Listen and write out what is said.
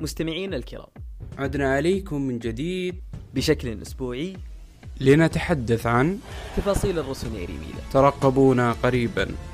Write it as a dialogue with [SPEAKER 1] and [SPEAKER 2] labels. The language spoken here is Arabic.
[SPEAKER 1] مستمعينا الكرام
[SPEAKER 2] عدنا عليكم من جديد
[SPEAKER 1] بشكل أسبوعي
[SPEAKER 2] لنتحدث عن
[SPEAKER 1] تفاصيل الرسوم الرميلة
[SPEAKER 2] ترقبونا قريبا